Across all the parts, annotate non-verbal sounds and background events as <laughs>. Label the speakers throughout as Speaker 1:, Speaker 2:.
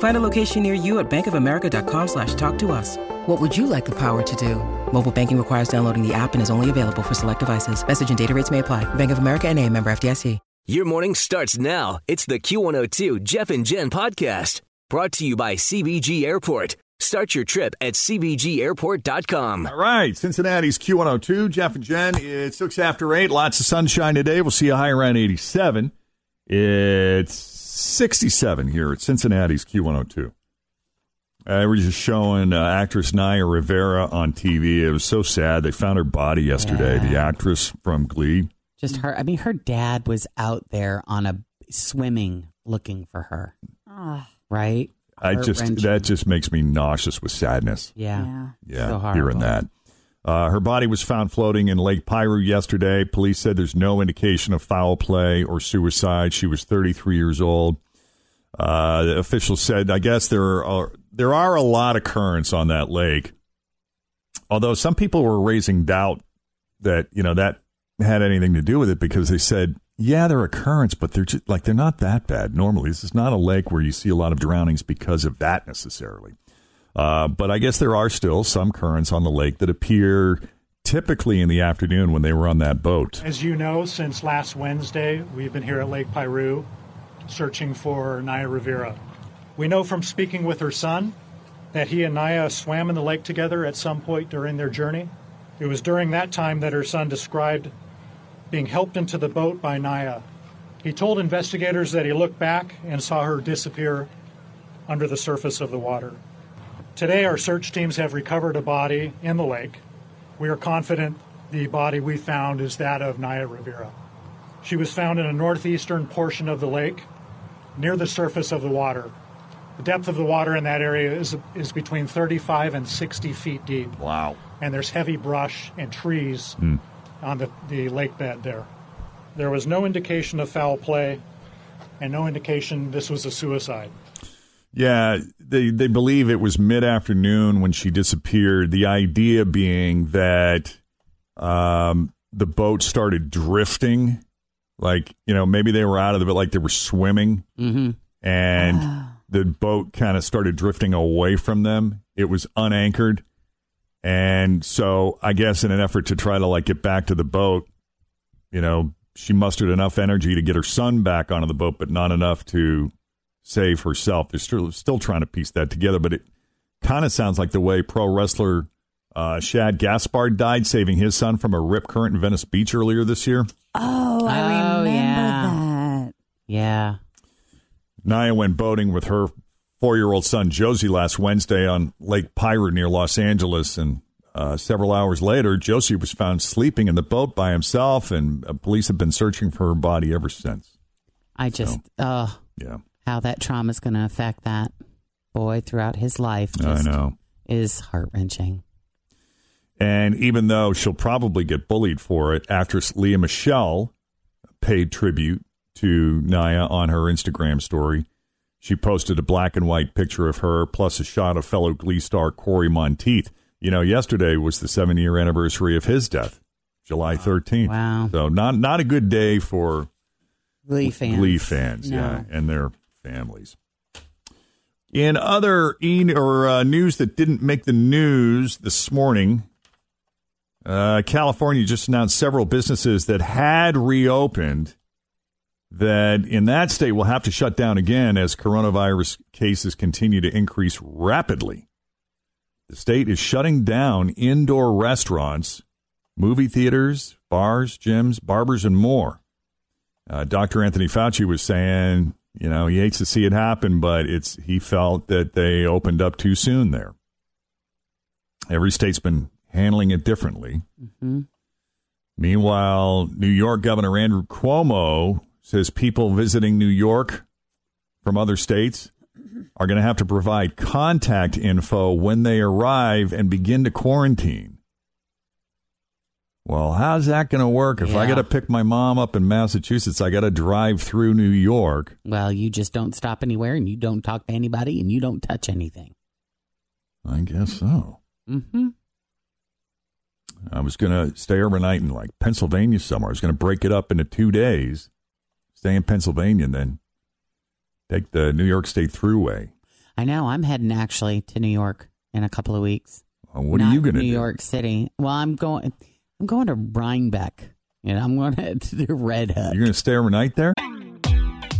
Speaker 1: Find a location near you at bankofamerica.com slash talk to us. What would you like the power to do? Mobile banking requires downloading the app and is only available for select devices. Message and data rates may apply. Bank of America and a member FDIC.
Speaker 2: Your morning starts now. It's the Q102 Jeff and Jen podcast brought to you by CBG Airport. Start your trip at CBGAirport.com.
Speaker 3: All right, Cincinnati's Q102. Jeff and Jen, it's six after eight. Lots of sunshine today. We'll see a high around 87. It's 67 here at Cincinnati's Q102. Uh, we're just showing uh, actress Naya Rivera on TV. It was so sad. They found her body yesterday, the
Speaker 4: Yeah.
Speaker 3: actress from Glee.
Speaker 4: Just her. I mean, her dad was out there on a swimming looking for her.
Speaker 5: Ah.
Speaker 4: Right?
Speaker 3: I just
Speaker 4: Heart-wrenching.
Speaker 3: that just makes me nauseous with sadness.
Speaker 4: Yeah.
Speaker 3: Yeah,
Speaker 4: So horrible.
Speaker 3: hearing that. Uh, her body was found floating in Lake Piru yesterday. Police said there's no indication of foul play or suicide. She was 33 years old. Uh, the officials said, I guess there are there are a lot of currents on that lake. Although some people were raising doubt that you know that had anything to do with it because they said, yeah, there are currents, but they're just, like they're not that bad normally. This is not a lake where you see a lot of drownings because of that necessarily. Uh, but I guess there are still some currents on the lake that appear typically in the afternoon when they were on that boat.
Speaker 6: As you know, since last Wednesday, we've been here at Lake Piru searching for Naya Rivera. We know from speaking with her son that he and Naya swam in the lake together at some point during their journey. It was during that time that her son described being helped into the boat by Naya. He told investigators that he looked back and saw her disappear under the surface of the water. Today, our search teams have recovered a body in the lake. We are confident the body we found is that of Naya Rivera. She was found in a northeastern portion of the lake near the surface of the water. The depth of the water in that area is, is between 35 and 60 feet deep,
Speaker 3: Wow.
Speaker 6: and there's heavy brush and trees on the, the lake bed there. There was no indication of foul play and no indication this was a suicide.
Speaker 3: Yeah, they they believe it was mid afternoon when she disappeared. The idea being that um, the boat started drifting, like you know maybe they were out of the but like they were swimming,
Speaker 4: Mm-hmm.
Speaker 3: and the boat kind of started drifting away from them. It was unanchored, and so I guess in an effort to try to like get back to the boat, you know, she mustered enough energy to get her son back onto the boat, but not enough to save herself. They're still still trying to piece that together, but it kind of sounds like the way pro wrestler uh, Shad Gaspard died, saving his son from a rip current in Venice Beach earlier this year.
Speaker 5: Oh, I
Speaker 4: Oh,
Speaker 5: remember
Speaker 4: yeah.
Speaker 5: that.
Speaker 4: Yeah.
Speaker 3: Naya went boating with her four year old son Josie last Wednesday on Lake Piru near Los Angeles. And uh, several hours later, Josie was found sleeping in the boat by himself, and uh, police have been searching for her body ever since.
Speaker 4: I just, oh,
Speaker 3: Yeah,
Speaker 4: how that trauma's going to affect that boy throughout his life just
Speaker 3: I know.
Speaker 4: is heart wrenching.
Speaker 3: And even though she'll probably get bullied for it, actress Leah Michelle paid tribute to Naya on her Instagram story. She posted a black and white picture of her, plus a shot of fellow Glee star Corey Monteith. You know, yesterday was the seven year anniversary of his death, July 13th.
Speaker 4: Wow.
Speaker 3: So, not, not a good day for
Speaker 4: Glee fans.
Speaker 3: Glee fans,
Speaker 4: No.
Speaker 3: yeah, and their families. In other e- or uh, news that didn't make the news this morning, uh, California just announced several businesses that had reopened that in that state will have to shut down again as coronavirus cases continue to increase rapidly. The state is shutting down indoor restaurants, movie theaters, bars, gyms, barbers, and more. Uh, Dr. Anthony Fauci was saying, you know, he hates to see it happen, but it's he felt that they opened up too soon there. Every state's been handling it differently.
Speaker 4: hmm
Speaker 3: Meanwhile, New York Governor Andrew Cuomo says people visiting New York from other states are going to have to provide contact info when they arrive and begin to quarantine. Well, how's that going to work? If I
Speaker 4: Yeah.
Speaker 3: got to pick my mom up in Massachusetts, I got to drive through New York.
Speaker 4: Well, you just don't stop anywhere and you don't talk to anybody and you don't touch anything.
Speaker 3: I guess so.
Speaker 4: Mm-hmm.
Speaker 3: I was going to stay overnight in like Pennsylvania somewhere. I was going to break it up into two days, stay in Pennsylvania, and then take the New York State Thruway.
Speaker 4: I know. I'm heading actually to New York in a couple of weeks.
Speaker 3: Well, what
Speaker 4: Not
Speaker 3: are you going to
Speaker 4: New
Speaker 3: do?
Speaker 4: York City. Well, I'm going. I'm going to Rhinebeck. You know, I'm going <laughs> to the Red Hook.
Speaker 3: You're going to stay overnight there?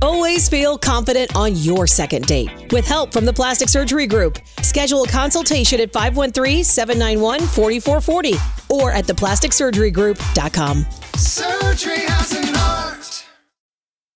Speaker 5: Always feel confident on your second date with help from the Plastic Surgery Group. Schedule a consultation at 513 791 4440 or at theplasticsurgerygroup.com.
Speaker 7: Surgery has an art.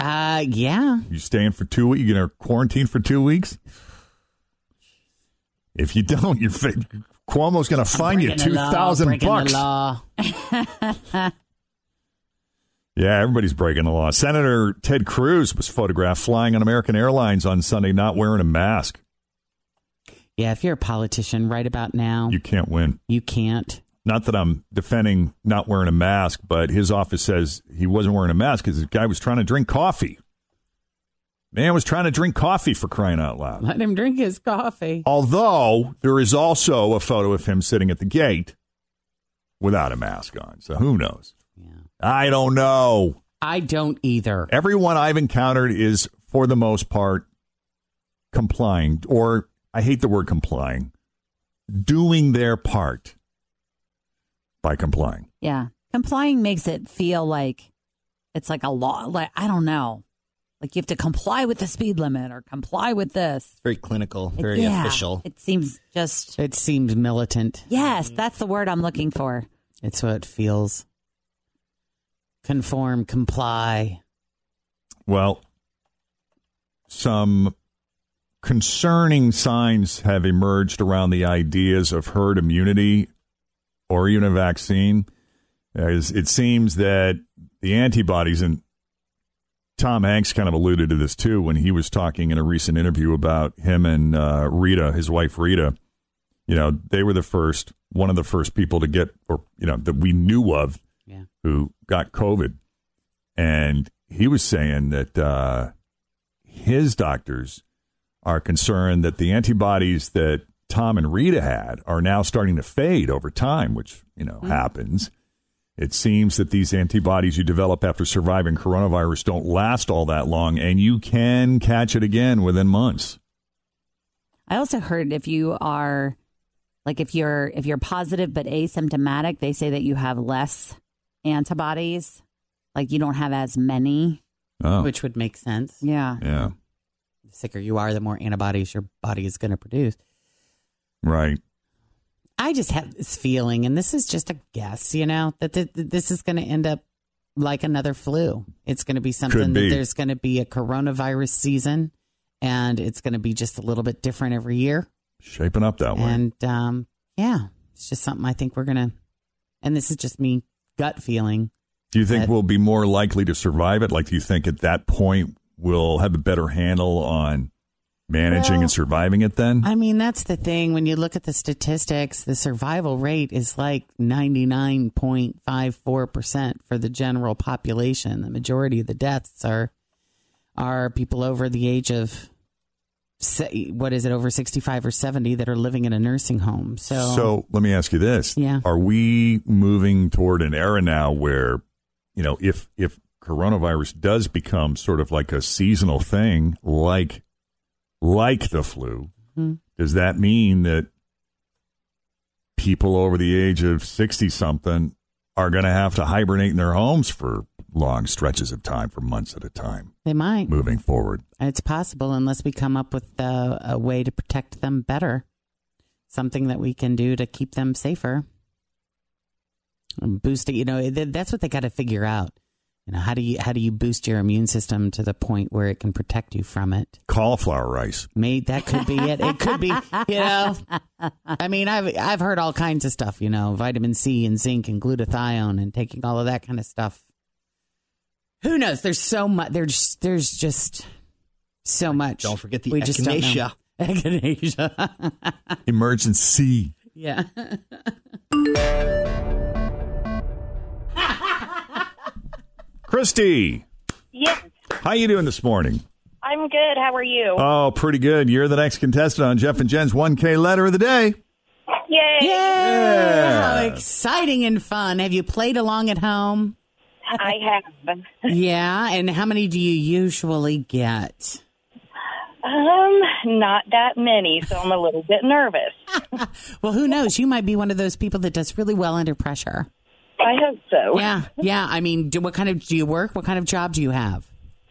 Speaker 4: Uh, yeah.
Speaker 3: You staying for two weeks? You're going to quarantine for two weeks? If you don't, you're fa- Cuomo's going to fine you
Speaker 4: Breaking the law,
Speaker 3: 2000
Speaker 4: breaking the
Speaker 3: bucks.
Speaker 4: law.
Speaker 3: Yeah, everybody's breaking the law. Senator Ted Cruz was photographed flying on American Airlines on Sunday not wearing a mask.
Speaker 4: Yeah, if you're a politician right about now,
Speaker 3: You
Speaker 4: you,
Speaker 3: can't win.
Speaker 4: can't.
Speaker 3: Not that I'm defending not wearing a mask, but his office says he wasn't wearing a mask because the guy was trying to drink coffee. Man was trying to drink coffee for crying out loud.
Speaker 4: Let him drink his coffee.
Speaker 3: Although there is also a photo of him sitting at the gate without a mask on. So who knows?
Speaker 4: Yeah.
Speaker 3: I don't know.
Speaker 4: I don't either.
Speaker 3: Everyone I've encountered is, for the most part, complying, or I hate the word complying, doing their part by complying.
Speaker 8: Yeah. Complying makes it feel like it's like a law. Like, I don't know. Like you have to comply with the speed limit or comply with this.
Speaker 9: Very clinical,
Speaker 8: It-
Speaker 9: very
Speaker 8: yeah.
Speaker 9: official.
Speaker 8: It seems just,
Speaker 4: It seems militant.
Speaker 8: yes, that's the word I'm looking for.
Speaker 4: It's what it feels. Conform, comply.
Speaker 3: Well, some concerning signs have emerged around the ideas of herd immunity or even a vaccine. As it seems that the antibodies, and Tom Hanks kind of alluded to this too when he was talking in a recent interview about him and uh, Rita, his wife Rita. You know, they were the first, one of the first people to get, or, you know, that we knew of
Speaker 4: Yeah.
Speaker 3: who got COVID, and he was saying that uh, his doctors are concerned that the antibodies that Tom and Rita had are now starting to fade over time, which you know happens. It seems that these antibodies you develop after surviving coronavirus don't last all that long, and you can catch it again within months.
Speaker 8: I also heard if you are like if you're if you're positive but asymptomatic, they say that you have less antibodies. Like you don't have as many.
Speaker 3: Oh,
Speaker 4: Which would make sense.
Speaker 8: Yeah.
Speaker 3: yeah,
Speaker 4: The sicker you are, the more antibodies your body is going to produce.
Speaker 3: right.
Speaker 4: I just have this feeling, and this is just a guess, you know, that th- th- this is going to end up like another flu. It's going to be something
Speaker 3: be.
Speaker 4: that there's going to be a coronavirus season, and it's going to be just a little bit different every year.
Speaker 3: Shaping up that way.
Speaker 4: and um, yeah, it's just something I think we're going to, and this is just me gut feeling.
Speaker 3: Do you think
Speaker 4: that-
Speaker 3: we'll be more likely to survive it? Like, do you think at that point we'll have a better handle on managing
Speaker 4: Well,
Speaker 3: and surviving it then?
Speaker 4: I mean, that's the thing. When you look at the statistics, the survival rate is like 99.54% for the general population. The majority of the deaths are are people over the age of se- what is it over 65 or 70 that are living in a nursing home. So,
Speaker 3: so let me ask you this:
Speaker 4: Yeah.
Speaker 3: Are we moving toward an era now where, you know, if if coronavirus does become sort of like a seasonal thing, like like the flu,
Speaker 4: Mhm.
Speaker 3: does that mean that people over the age of sixty something are going to have to hibernate in their homes for long stretches of time, for months at a time,
Speaker 4: They might.
Speaker 3: moving forward?
Speaker 4: It's possible unless we come up with uh, a way to protect them better, something that we can do to keep them safer. And boost it, you know, th- that's what they got to figure out. You know, how do you how do you boost your immune system to the point where it can protect you from it?
Speaker 3: Cauliflower rice.
Speaker 4: May that could be it. It could be, you know. I mean, I've I've heard all kinds of stuff, you know, vitamin C and zinc and glutathione and taking all of that kind of stuff. Who knows? There's so much. There's there's just so much.
Speaker 9: Don't forget the
Speaker 4: we just don't know. <laughs>
Speaker 9: echinacea.
Speaker 4: Echinacea. <laughs>
Speaker 3: Emergency.
Speaker 4: yeah.
Speaker 3: Christy,
Speaker 10: Yes,
Speaker 3: how you doing this morning?
Speaker 10: I'm good. How are you?
Speaker 3: Oh, pretty good. You're the next contestant on Jeff and Jen's 1K letter of the day.
Speaker 10: Yay!
Speaker 4: yeah. How
Speaker 3: Yeah.
Speaker 4: exciting and fun. Have you played along at home?
Speaker 10: I have.
Speaker 4: yeah. And how many do you usually get?
Speaker 10: Um, not that many, so I'm a little bit nervous.
Speaker 4: Well, who knows? You might be one of those people that does really well under pressure.
Speaker 10: I hope
Speaker 3: <laughs>
Speaker 10: so.
Speaker 4: Yeah, yeah. I mean, do, what kind of do you work? What kind of job do you have?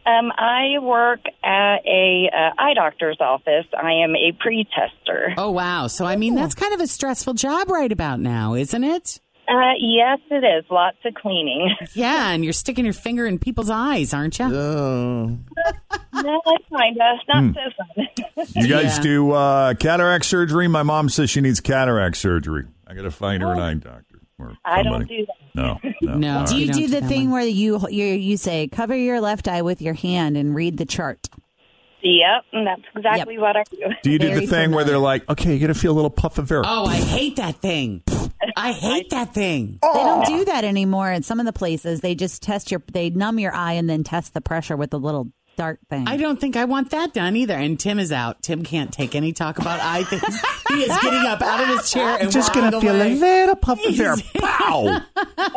Speaker 10: Um, I work at a uh, eye doctor's office. I am a pre-tester.
Speaker 4: Oh wow! So I mean,
Speaker 3: Oh.
Speaker 4: that's kind of a stressful job right about now, isn't it?
Speaker 10: Uh, yes, it is. Lots of
Speaker 7: <laughs>
Speaker 10: cleaning.
Speaker 4: Yeah, and you're sticking your finger in people's eyes, aren't you?
Speaker 9: Oh.
Speaker 10: no, kind of not
Speaker 7: Hmm.
Speaker 10: so fun. <laughs>
Speaker 3: You guys
Speaker 4: Yeah.
Speaker 3: do uh, cataract surgery? My mom says she needs cataract surgery. I got to find her an eye doctor. Or
Speaker 10: I don't
Speaker 3: somebody.
Speaker 10: do that.
Speaker 3: No, no.
Speaker 4: No.
Speaker 3: All right.
Speaker 4: Do
Speaker 8: Do you
Speaker 4: Don't
Speaker 8: do
Speaker 4: do
Speaker 8: the
Speaker 4: that
Speaker 8: thing
Speaker 4: one.
Speaker 8: where you, you you say cover your left eye with your hand and read the chart?
Speaker 10: Yep, and that's exactly what I do.
Speaker 3: Do you do the
Speaker 8: Very
Speaker 3: thing where they're like, okay, you're going to feel a little puff of air.
Speaker 4: Oh, I hate that thing. I hate that thing.
Speaker 3: Oh.
Speaker 8: They don't do that anymore in some of the places. They just test your they numb your eye and then test the pressure with a little dart thing.
Speaker 4: I don't think I want that done either. And Tim is out. Tim can't take any talk about eye things. he is getting up out of his chair and
Speaker 3: Just
Speaker 4: going
Speaker 3: going to feel a little puff of
Speaker 9: <laughs>
Speaker 3: air. Pow!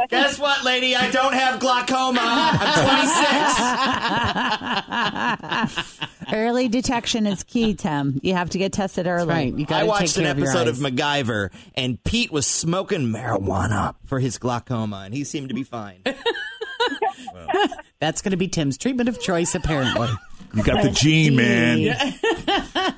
Speaker 9: Guess what, lady? I don't have glaucoma. I'm 26.
Speaker 8: Early detection is key, Tim. You have to get tested early.
Speaker 4: Right,
Speaker 9: I
Speaker 4: you got to take
Speaker 9: watched an
Speaker 4: care your
Speaker 9: episode of,
Speaker 4: eyes.
Speaker 9: MacGyver, and Pete was smoking marijuana for his glaucoma, and he seemed to be fine.
Speaker 4: That's going to be Tim's treatment of choice, apparently.
Speaker 3: You got the gene, man.
Speaker 9: <laughs>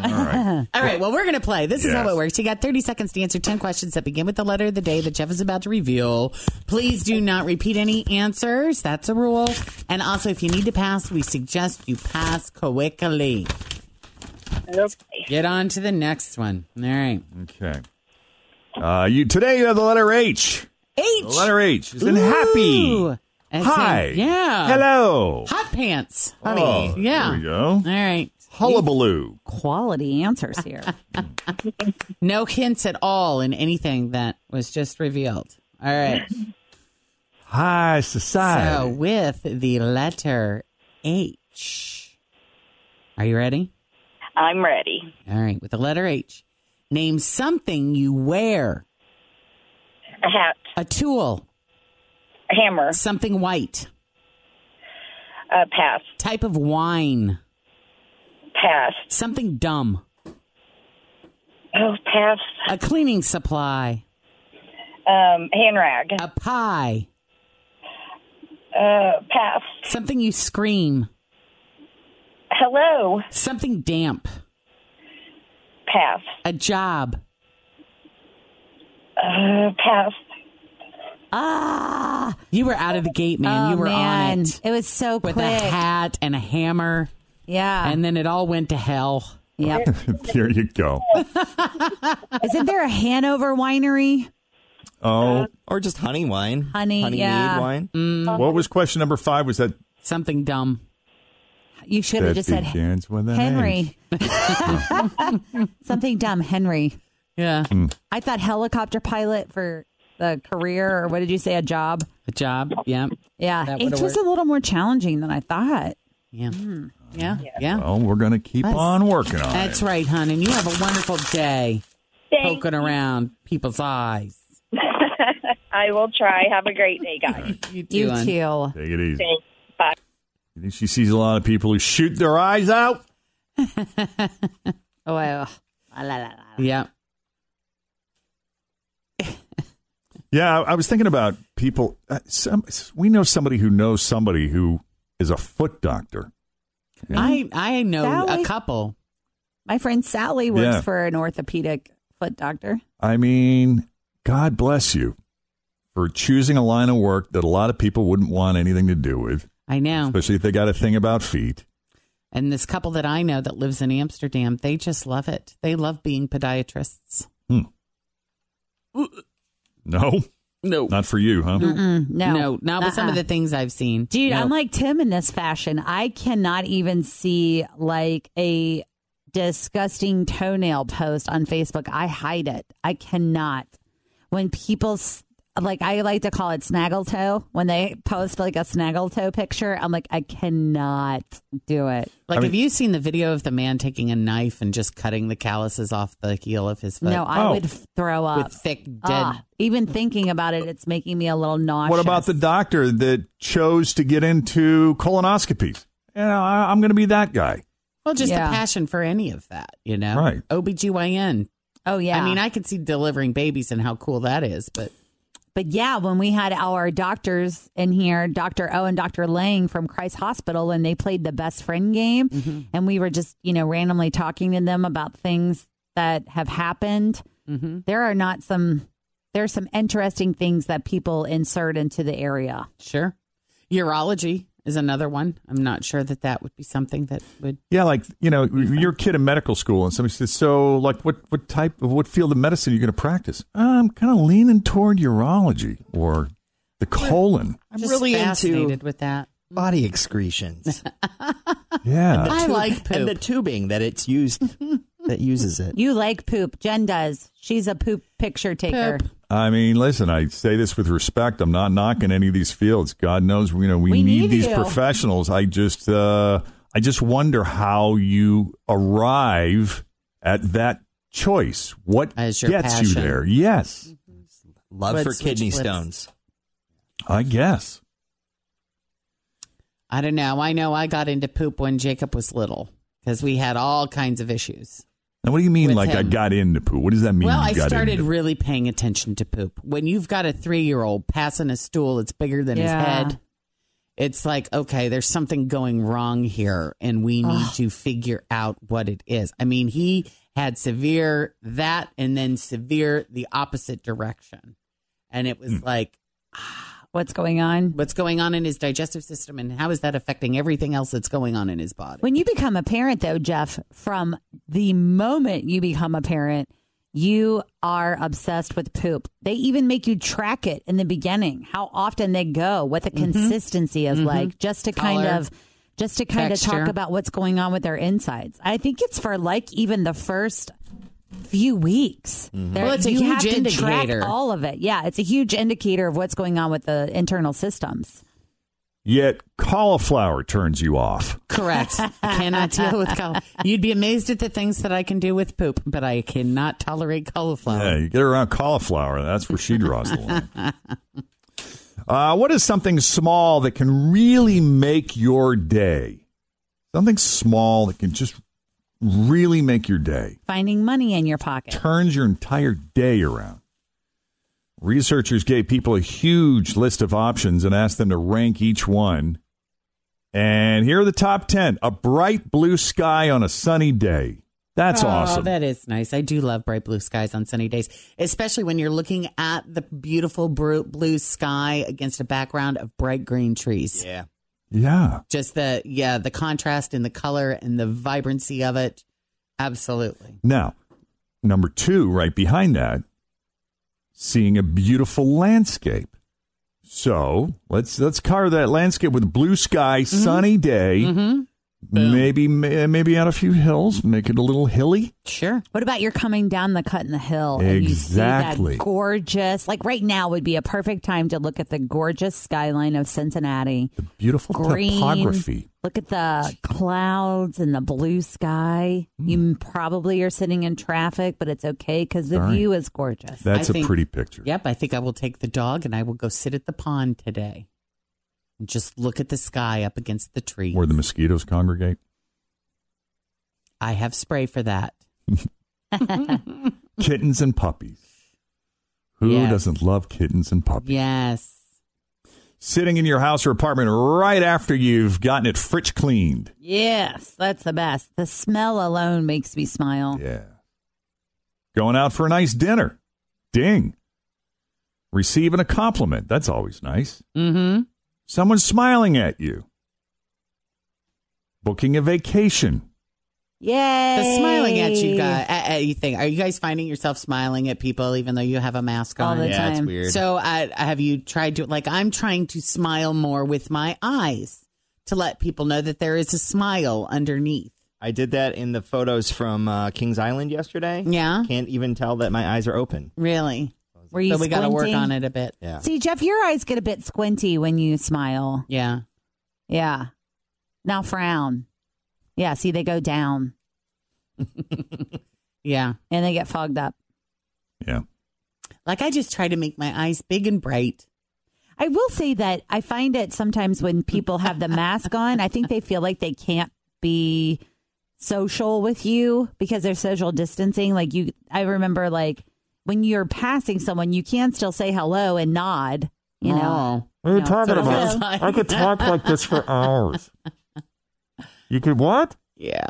Speaker 3: All right.
Speaker 4: All right, well, we're going to play. This is how
Speaker 3: Yes.
Speaker 4: it works. You got 30 seconds to answer 10 questions that begin with the letter of the day that Jeff is about to reveal. Please do not repeat any answers. That's a rule. And also, if you need to pass, we suggest you pass quickly.
Speaker 10: Okay.
Speaker 4: Get on to the next one. All right.
Speaker 3: Okay. Uh, you today you have the letter H.
Speaker 4: H.
Speaker 3: The letter H is in happy.
Speaker 4: Ooh. As in-
Speaker 3: Hi.
Speaker 4: yeah.
Speaker 3: Hello.
Speaker 4: Hot pants. Honey.
Speaker 3: Oh,
Speaker 4: yeah.
Speaker 3: There we go.
Speaker 4: All right.
Speaker 3: Hullabaloo.
Speaker 8: Quality
Speaker 4: <laughs>
Speaker 8: answers here.
Speaker 4: No hints at all in anything that was just revealed. All right.
Speaker 3: High
Speaker 4: So,
Speaker 3: society.
Speaker 4: with the letter H. Are you ready?
Speaker 10: I'm ready.
Speaker 4: All right. With the letter H, name something you wear
Speaker 10: A hat,
Speaker 4: a tool,
Speaker 10: a hammer,
Speaker 4: something white,
Speaker 10: a pass,
Speaker 4: type of wine,
Speaker 10: pass.
Speaker 4: something dumb,
Speaker 10: Oh, pass.
Speaker 4: a cleaning supply,
Speaker 10: Um, hand rag.
Speaker 4: a pie,
Speaker 10: Uh, pass.
Speaker 4: something you scream,
Speaker 10: Hello.
Speaker 4: something damp,
Speaker 10: Pass.
Speaker 4: a job,
Speaker 10: Uh, pass.
Speaker 8: ah,
Speaker 4: You were out of the gate, man.
Speaker 8: oh,
Speaker 4: you were
Speaker 8: man.
Speaker 4: on it
Speaker 8: was so
Speaker 4: with
Speaker 8: quick.
Speaker 4: a hat and a hammer,
Speaker 8: Yeah.
Speaker 4: and then it all went to hell.
Speaker 8: yep.
Speaker 3: <laughs> there you go.
Speaker 8: Isn't there a Hanover winery?
Speaker 3: Oh,
Speaker 9: or just honey wine.
Speaker 8: Honey,
Speaker 9: honey
Speaker 8: yeah. Mm.
Speaker 9: mead wine.
Speaker 4: Um,
Speaker 3: what was question number five? Was that
Speaker 4: Something dumb.
Speaker 8: You should have
Speaker 3: that
Speaker 8: just said
Speaker 3: begins with an H.
Speaker 8: Henry. <laughs> Something dumb, Henry.
Speaker 4: Yeah,
Speaker 8: I thought helicopter pilot for the career, or what did you say, a job?
Speaker 4: a job. Yeah,
Speaker 8: Yeah,
Speaker 4: That
Speaker 8: it
Speaker 4: would've
Speaker 8: was a little more challenging than I thought.
Speaker 4: yeah, yeah, yeah.
Speaker 3: Well, we're going to keep
Speaker 4: That's-
Speaker 3: on working on
Speaker 4: That's
Speaker 3: it.
Speaker 4: right, hon. And you have a wonderful day
Speaker 8: Oh,
Speaker 10: Thank
Speaker 4: poking around people's eyes.
Speaker 10: <laughs> I will try. Have a great day, guys.
Speaker 4: You
Speaker 8: You too.
Speaker 3: Take it easy.
Speaker 10: Thanks. Bye.
Speaker 3: You think she sees a lot of people who shoot their eyes out?
Speaker 8: Oh,
Speaker 4: uh,
Speaker 8: I- ugh. La, la, la, la.
Speaker 4: Yeah.
Speaker 3: Yeah, I I was thinking about people. uh, Some we know somebody who knows somebody who is a foot doctor. Yeah.
Speaker 4: I I know
Speaker 8: Sally.
Speaker 4: a couple.
Speaker 8: My friend Sally works
Speaker 3: Yeah.
Speaker 8: for an orthopedic foot doctor.
Speaker 3: I mean, God bless you for choosing a line of work that a lot of people wouldn't want anything to do with,
Speaker 4: I know.
Speaker 3: especially if they got a thing about feet.
Speaker 4: And this couple that I know that lives in Amsterdam, they just love it. They love being podiatrists.
Speaker 3: No,
Speaker 4: No.
Speaker 3: not for you, huh?
Speaker 8: Mm,
Speaker 4: no.
Speaker 8: no,
Speaker 4: not with some of
Speaker 8: Uh-uh.
Speaker 4: the things I've seen.
Speaker 8: Dude,
Speaker 4: No.
Speaker 8: I'm like Tim in this fashion. I cannot even see like a disgusting toenail post on Facebook. I <laughs> hide it. I cannot. When people s- like, I like to call it snaggle toe. When they post like a snaggle toe picture, I'm like, I cannot do it.
Speaker 4: Like,
Speaker 3: I mean-
Speaker 4: have you seen the video of the man taking a knife and just cutting the calluses off the heel of his foot?
Speaker 8: no, I
Speaker 3: Oh.
Speaker 8: would f- throw up.
Speaker 4: with thick dead.
Speaker 8: Ah, even thinking about it, it's making me a little nauseous.
Speaker 3: What about the doctor that chose to get into colonoscopies? You know, I, I'm going to be that guy.
Speaker 4: Well, just
Speaker 8: Yeah.
Speaker 4: the passion for any of that, you know?
Speaker 3: Right.
Speaker 4: OBGYN.
Speaker 8: Oh yeah,
Speaker 4: I mean, I could see delivering babies and how cool that is, but
Speaker 8: But yeah, when we had our doctors in here, Dr. O and Dr. Lang from Christ Hospital, and they played the best friend game,
Speaker 4: Mm-hmm.
Speaker 8: and we were just, you know, randomly talking to them about things that have happened.
Speaker 4: Mm-hmm.
Speaker 8: There are not some, there's some interesting things that people insert into the area.
Speaker 4: sure. Urology is another one. I'm not sure that that would be something that would.
Speaker 3: Yeah, like you know, you're a kid in medical school, and somebody says, "So, like, what what type of what field of medicine are you going to practice?" I'm kind of leaning toward urology or the colon.
Speaker 4: I'm
Speaker 9: Just
Speaker 4: really fascinated
Speaker 9: into-
Speaker 4: with that.
Speaker 9: Body excretions.
Speaker 3: Yeah,
Speaker 4: I like poop.
Speaker 9: and the <laughs> tubing that it's used <laughs> that uses it.
Speaker 8: You like poop. Jen does. She's a poop picture taker.
Speaker 4: Poop.
Speaker 3: I mean, listen, I say this with respect. I'm not knocking any of these fields. God knows, you know, we,
Speaker 8: We
Speaker 3: need,
Speaker 8: need
Speaker 3: these
Speaker 8: you.
Speaker 3: professionals. I just, uh, I just wonder how you arrive at that choice. What
Speaker 4: As
Speaker 3: gets
Speaker 4: your
Speaker 3: you
Speaker 4: passion.
Speaker 3: there? Yes,
Speaker 9: Love
Speaker 4: Let's
Speaker 9: for
Speaker 4: switch
Speaker 9: kidney
Speaker 4: flips.
Speaker 9: stones.
Speaker 3: I guess.
Speaker 4: I don't know. I know I got into poop when Jacob was little because we had all kinds of issues.
Speaker 3: Now, what do you mean?
Speaker 4: With
Speaker 3: like, I
Speaker 4: him.
Speaker 3: got into poo? What does that mean?
Speaker 4: well,
Speaker 3: you
Speaker 4: I
Speaker 3: got
Speaker 4: started
Speaker 3: into
Speaker 4: really paying attention to poop. When you've got a three year old passing a stool that's bigger than
Speaker 8: Yeah.
Speaker 4: his head, it's like, okay, there's something going wrong here, and we need to figure out what it is. I mean, he had severe that and then severe the opposite direction. And it was like,
Speaker 8: What's going on?
Speaker 4: what's going on in his digestive system, and how is that affecting everything else that's going on in his body?
Speaker 8: When you become a parent, though, Jeff, from the moment you become a parent, you are obsessed with poop. They even make you track it in the beginning, how often they go, what the consistency is like, just to kind
Speaker 4: Color.
Speaker 8: of just to kind of talk
Speaker 4: Texture.
Speaker 8: about what's going on with their insides. I think it's for like even the first few weeks. There-
Speaker 4: Well, it's a
Speaker 8: you
Speaker 4: huge
Speaker 8: have to
Speaker 4: indicator.
Speaker 8: track all of it. Yeah, it's a huge indicator of what's going on with the internal systems.
Speaker 3: Yet cauliflower turns you off.
Speaker 4: Correct. I cannot deal with cauliflower. You'd be amazed at the things that I can do with poop, but I cannot tolerate cauliflower.
Speaker 3: Yeah, you get around cauliflower, that's where she draws the line. Uh, what is something small that can really make your day? Something small that can just really make your day,
Speaker 8: Finding money in your pocket.
Speaker 3: turns your entire day around. Researchers gave people a huge list of options and asked them to rank each one. And here are the top 10 a bright blue sky on a sunny day. That's
Speaker 4: Oh,
Speaker 3: awesome.
Speaker 4: That is nice. I do love bright blue skies on sunny days, especially when you're looking at the beautiful bru- blue sky against a background of bright green trees.
Speaker 9: Yeah.
Speaker 3: yeah.
Speaker 4: Just the yeah, the contrast in the color and the vibrancy of it. Absolutely.
Speaker 3: Now, number two, right behind that, seeing a beautiful landscape. So let's let's carve that landscape with blue sky, sunny day, Mm-hmm. Maybe ma- maybe add a few hills, make it a little hilly.
Speaker 4: Sure.
Speaker 8: What about you're coming down the cut in the hill? And you
Speaker 3: Exactly.
Speaker 8: see that gorgeous, like right now would be a perfect time to look at the gorgeous skyline of Cincinnati. The
Speaker 3: beautiful
Speaker 8: Green.
Speaker 3: topography.
Speaker 8: Look at the clouds and the blue sky. You probably are sitting in traffic, but it's okay because the
Speaker 4: Darn.
Speaker 8: view is gorgeous.
Speaker 4: I
Speaker 8: a
Speaker 4: think-
Speaker 3: picture.
Speaker 4: Yep, I think I will take the dog and I will go sit at the pond today. And just look at the sky up against the tree.
Speaker 3: Where the mosquitoes <laughs> congregate.
Speaker 4: I have spray for that.
Speaker 3: Kittens and puppies. Who
Speaker 4: Yes.
Speaker 3: doesn't love kittens and puppies?
Speaker 4: Yes.
Speaker 3: Sitting in your house or apartment right after you've gotten it fritch cleaned.
Speaker 8: Yes, that's the best. The smell alone makes me smile.
Speaker 3: Yeah. Going out for a nice dinner. Ding. Receiving a compliment. That's always nice.
Speaker 4: Mm-hmm.
Speaker 3: Someone's smiling at you. Booking a vacation.
Speaker 8: Yay.
Speaker 4: The smiling at you guy, at, at you thing. Are you guys finding yourself smiling at people even though you have a mask
Speaker 8: All
Speaker 4: on?
Speaker 8: the Yeah, it's time. weird.
Speaker 4: So uh, have you tried to like? I'm trying to smile more with my eyes to let people know that there is a smile underneath.
Speaker 9: I did that in the photos from uh, Kings Island yesterday.
Speaker 4: Yeah.
Speaker 9: Can't even tell that my eyes are open.
Speaker 4: Really?
Speaker 8: Were you
Speaker 4: so we gotta work
Speaker 8: squinting?
Speaker 4: on it a bit.
Speaker 9: Yeah.
Speaker 8: See, Jeff, your eyes get a bit squinty when you smile.
Speaker 4: Yeah.
Speaker 8: Yeah. Now frown. Yeah. See, they go down
Speaker 4: Yeah.
Speaker 8: and they get fogged up.
Speaker 3: Yeah.
Speaker 4: Like I just try to make my eyes big and bright.
Speaker 8: I will say that I find it sometimes when people have the mask on, I think they feel like they can't be social with you because they're social distancing. Like you, I remember like when you're passing someone, you can still say hello and nod. You know,
Speaker 3: What are you
Speaker 8: No,
Speaker 3: talking
Speaker 8: it's
Speaker 3: about?
Speaker 8: okay.
Speaker 3: I could talk like this
Speaker 8: <laughs>
Speaker 3: for hours. You could what?
Speaker 4: Yeah.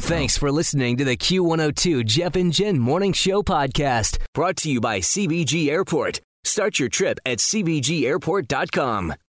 Speaker 2: Thanks for listening to the Q102 Jeff and Jen Morning Show podcast, brought to you by CBG Airport. Start your trip at CBGAirport.com.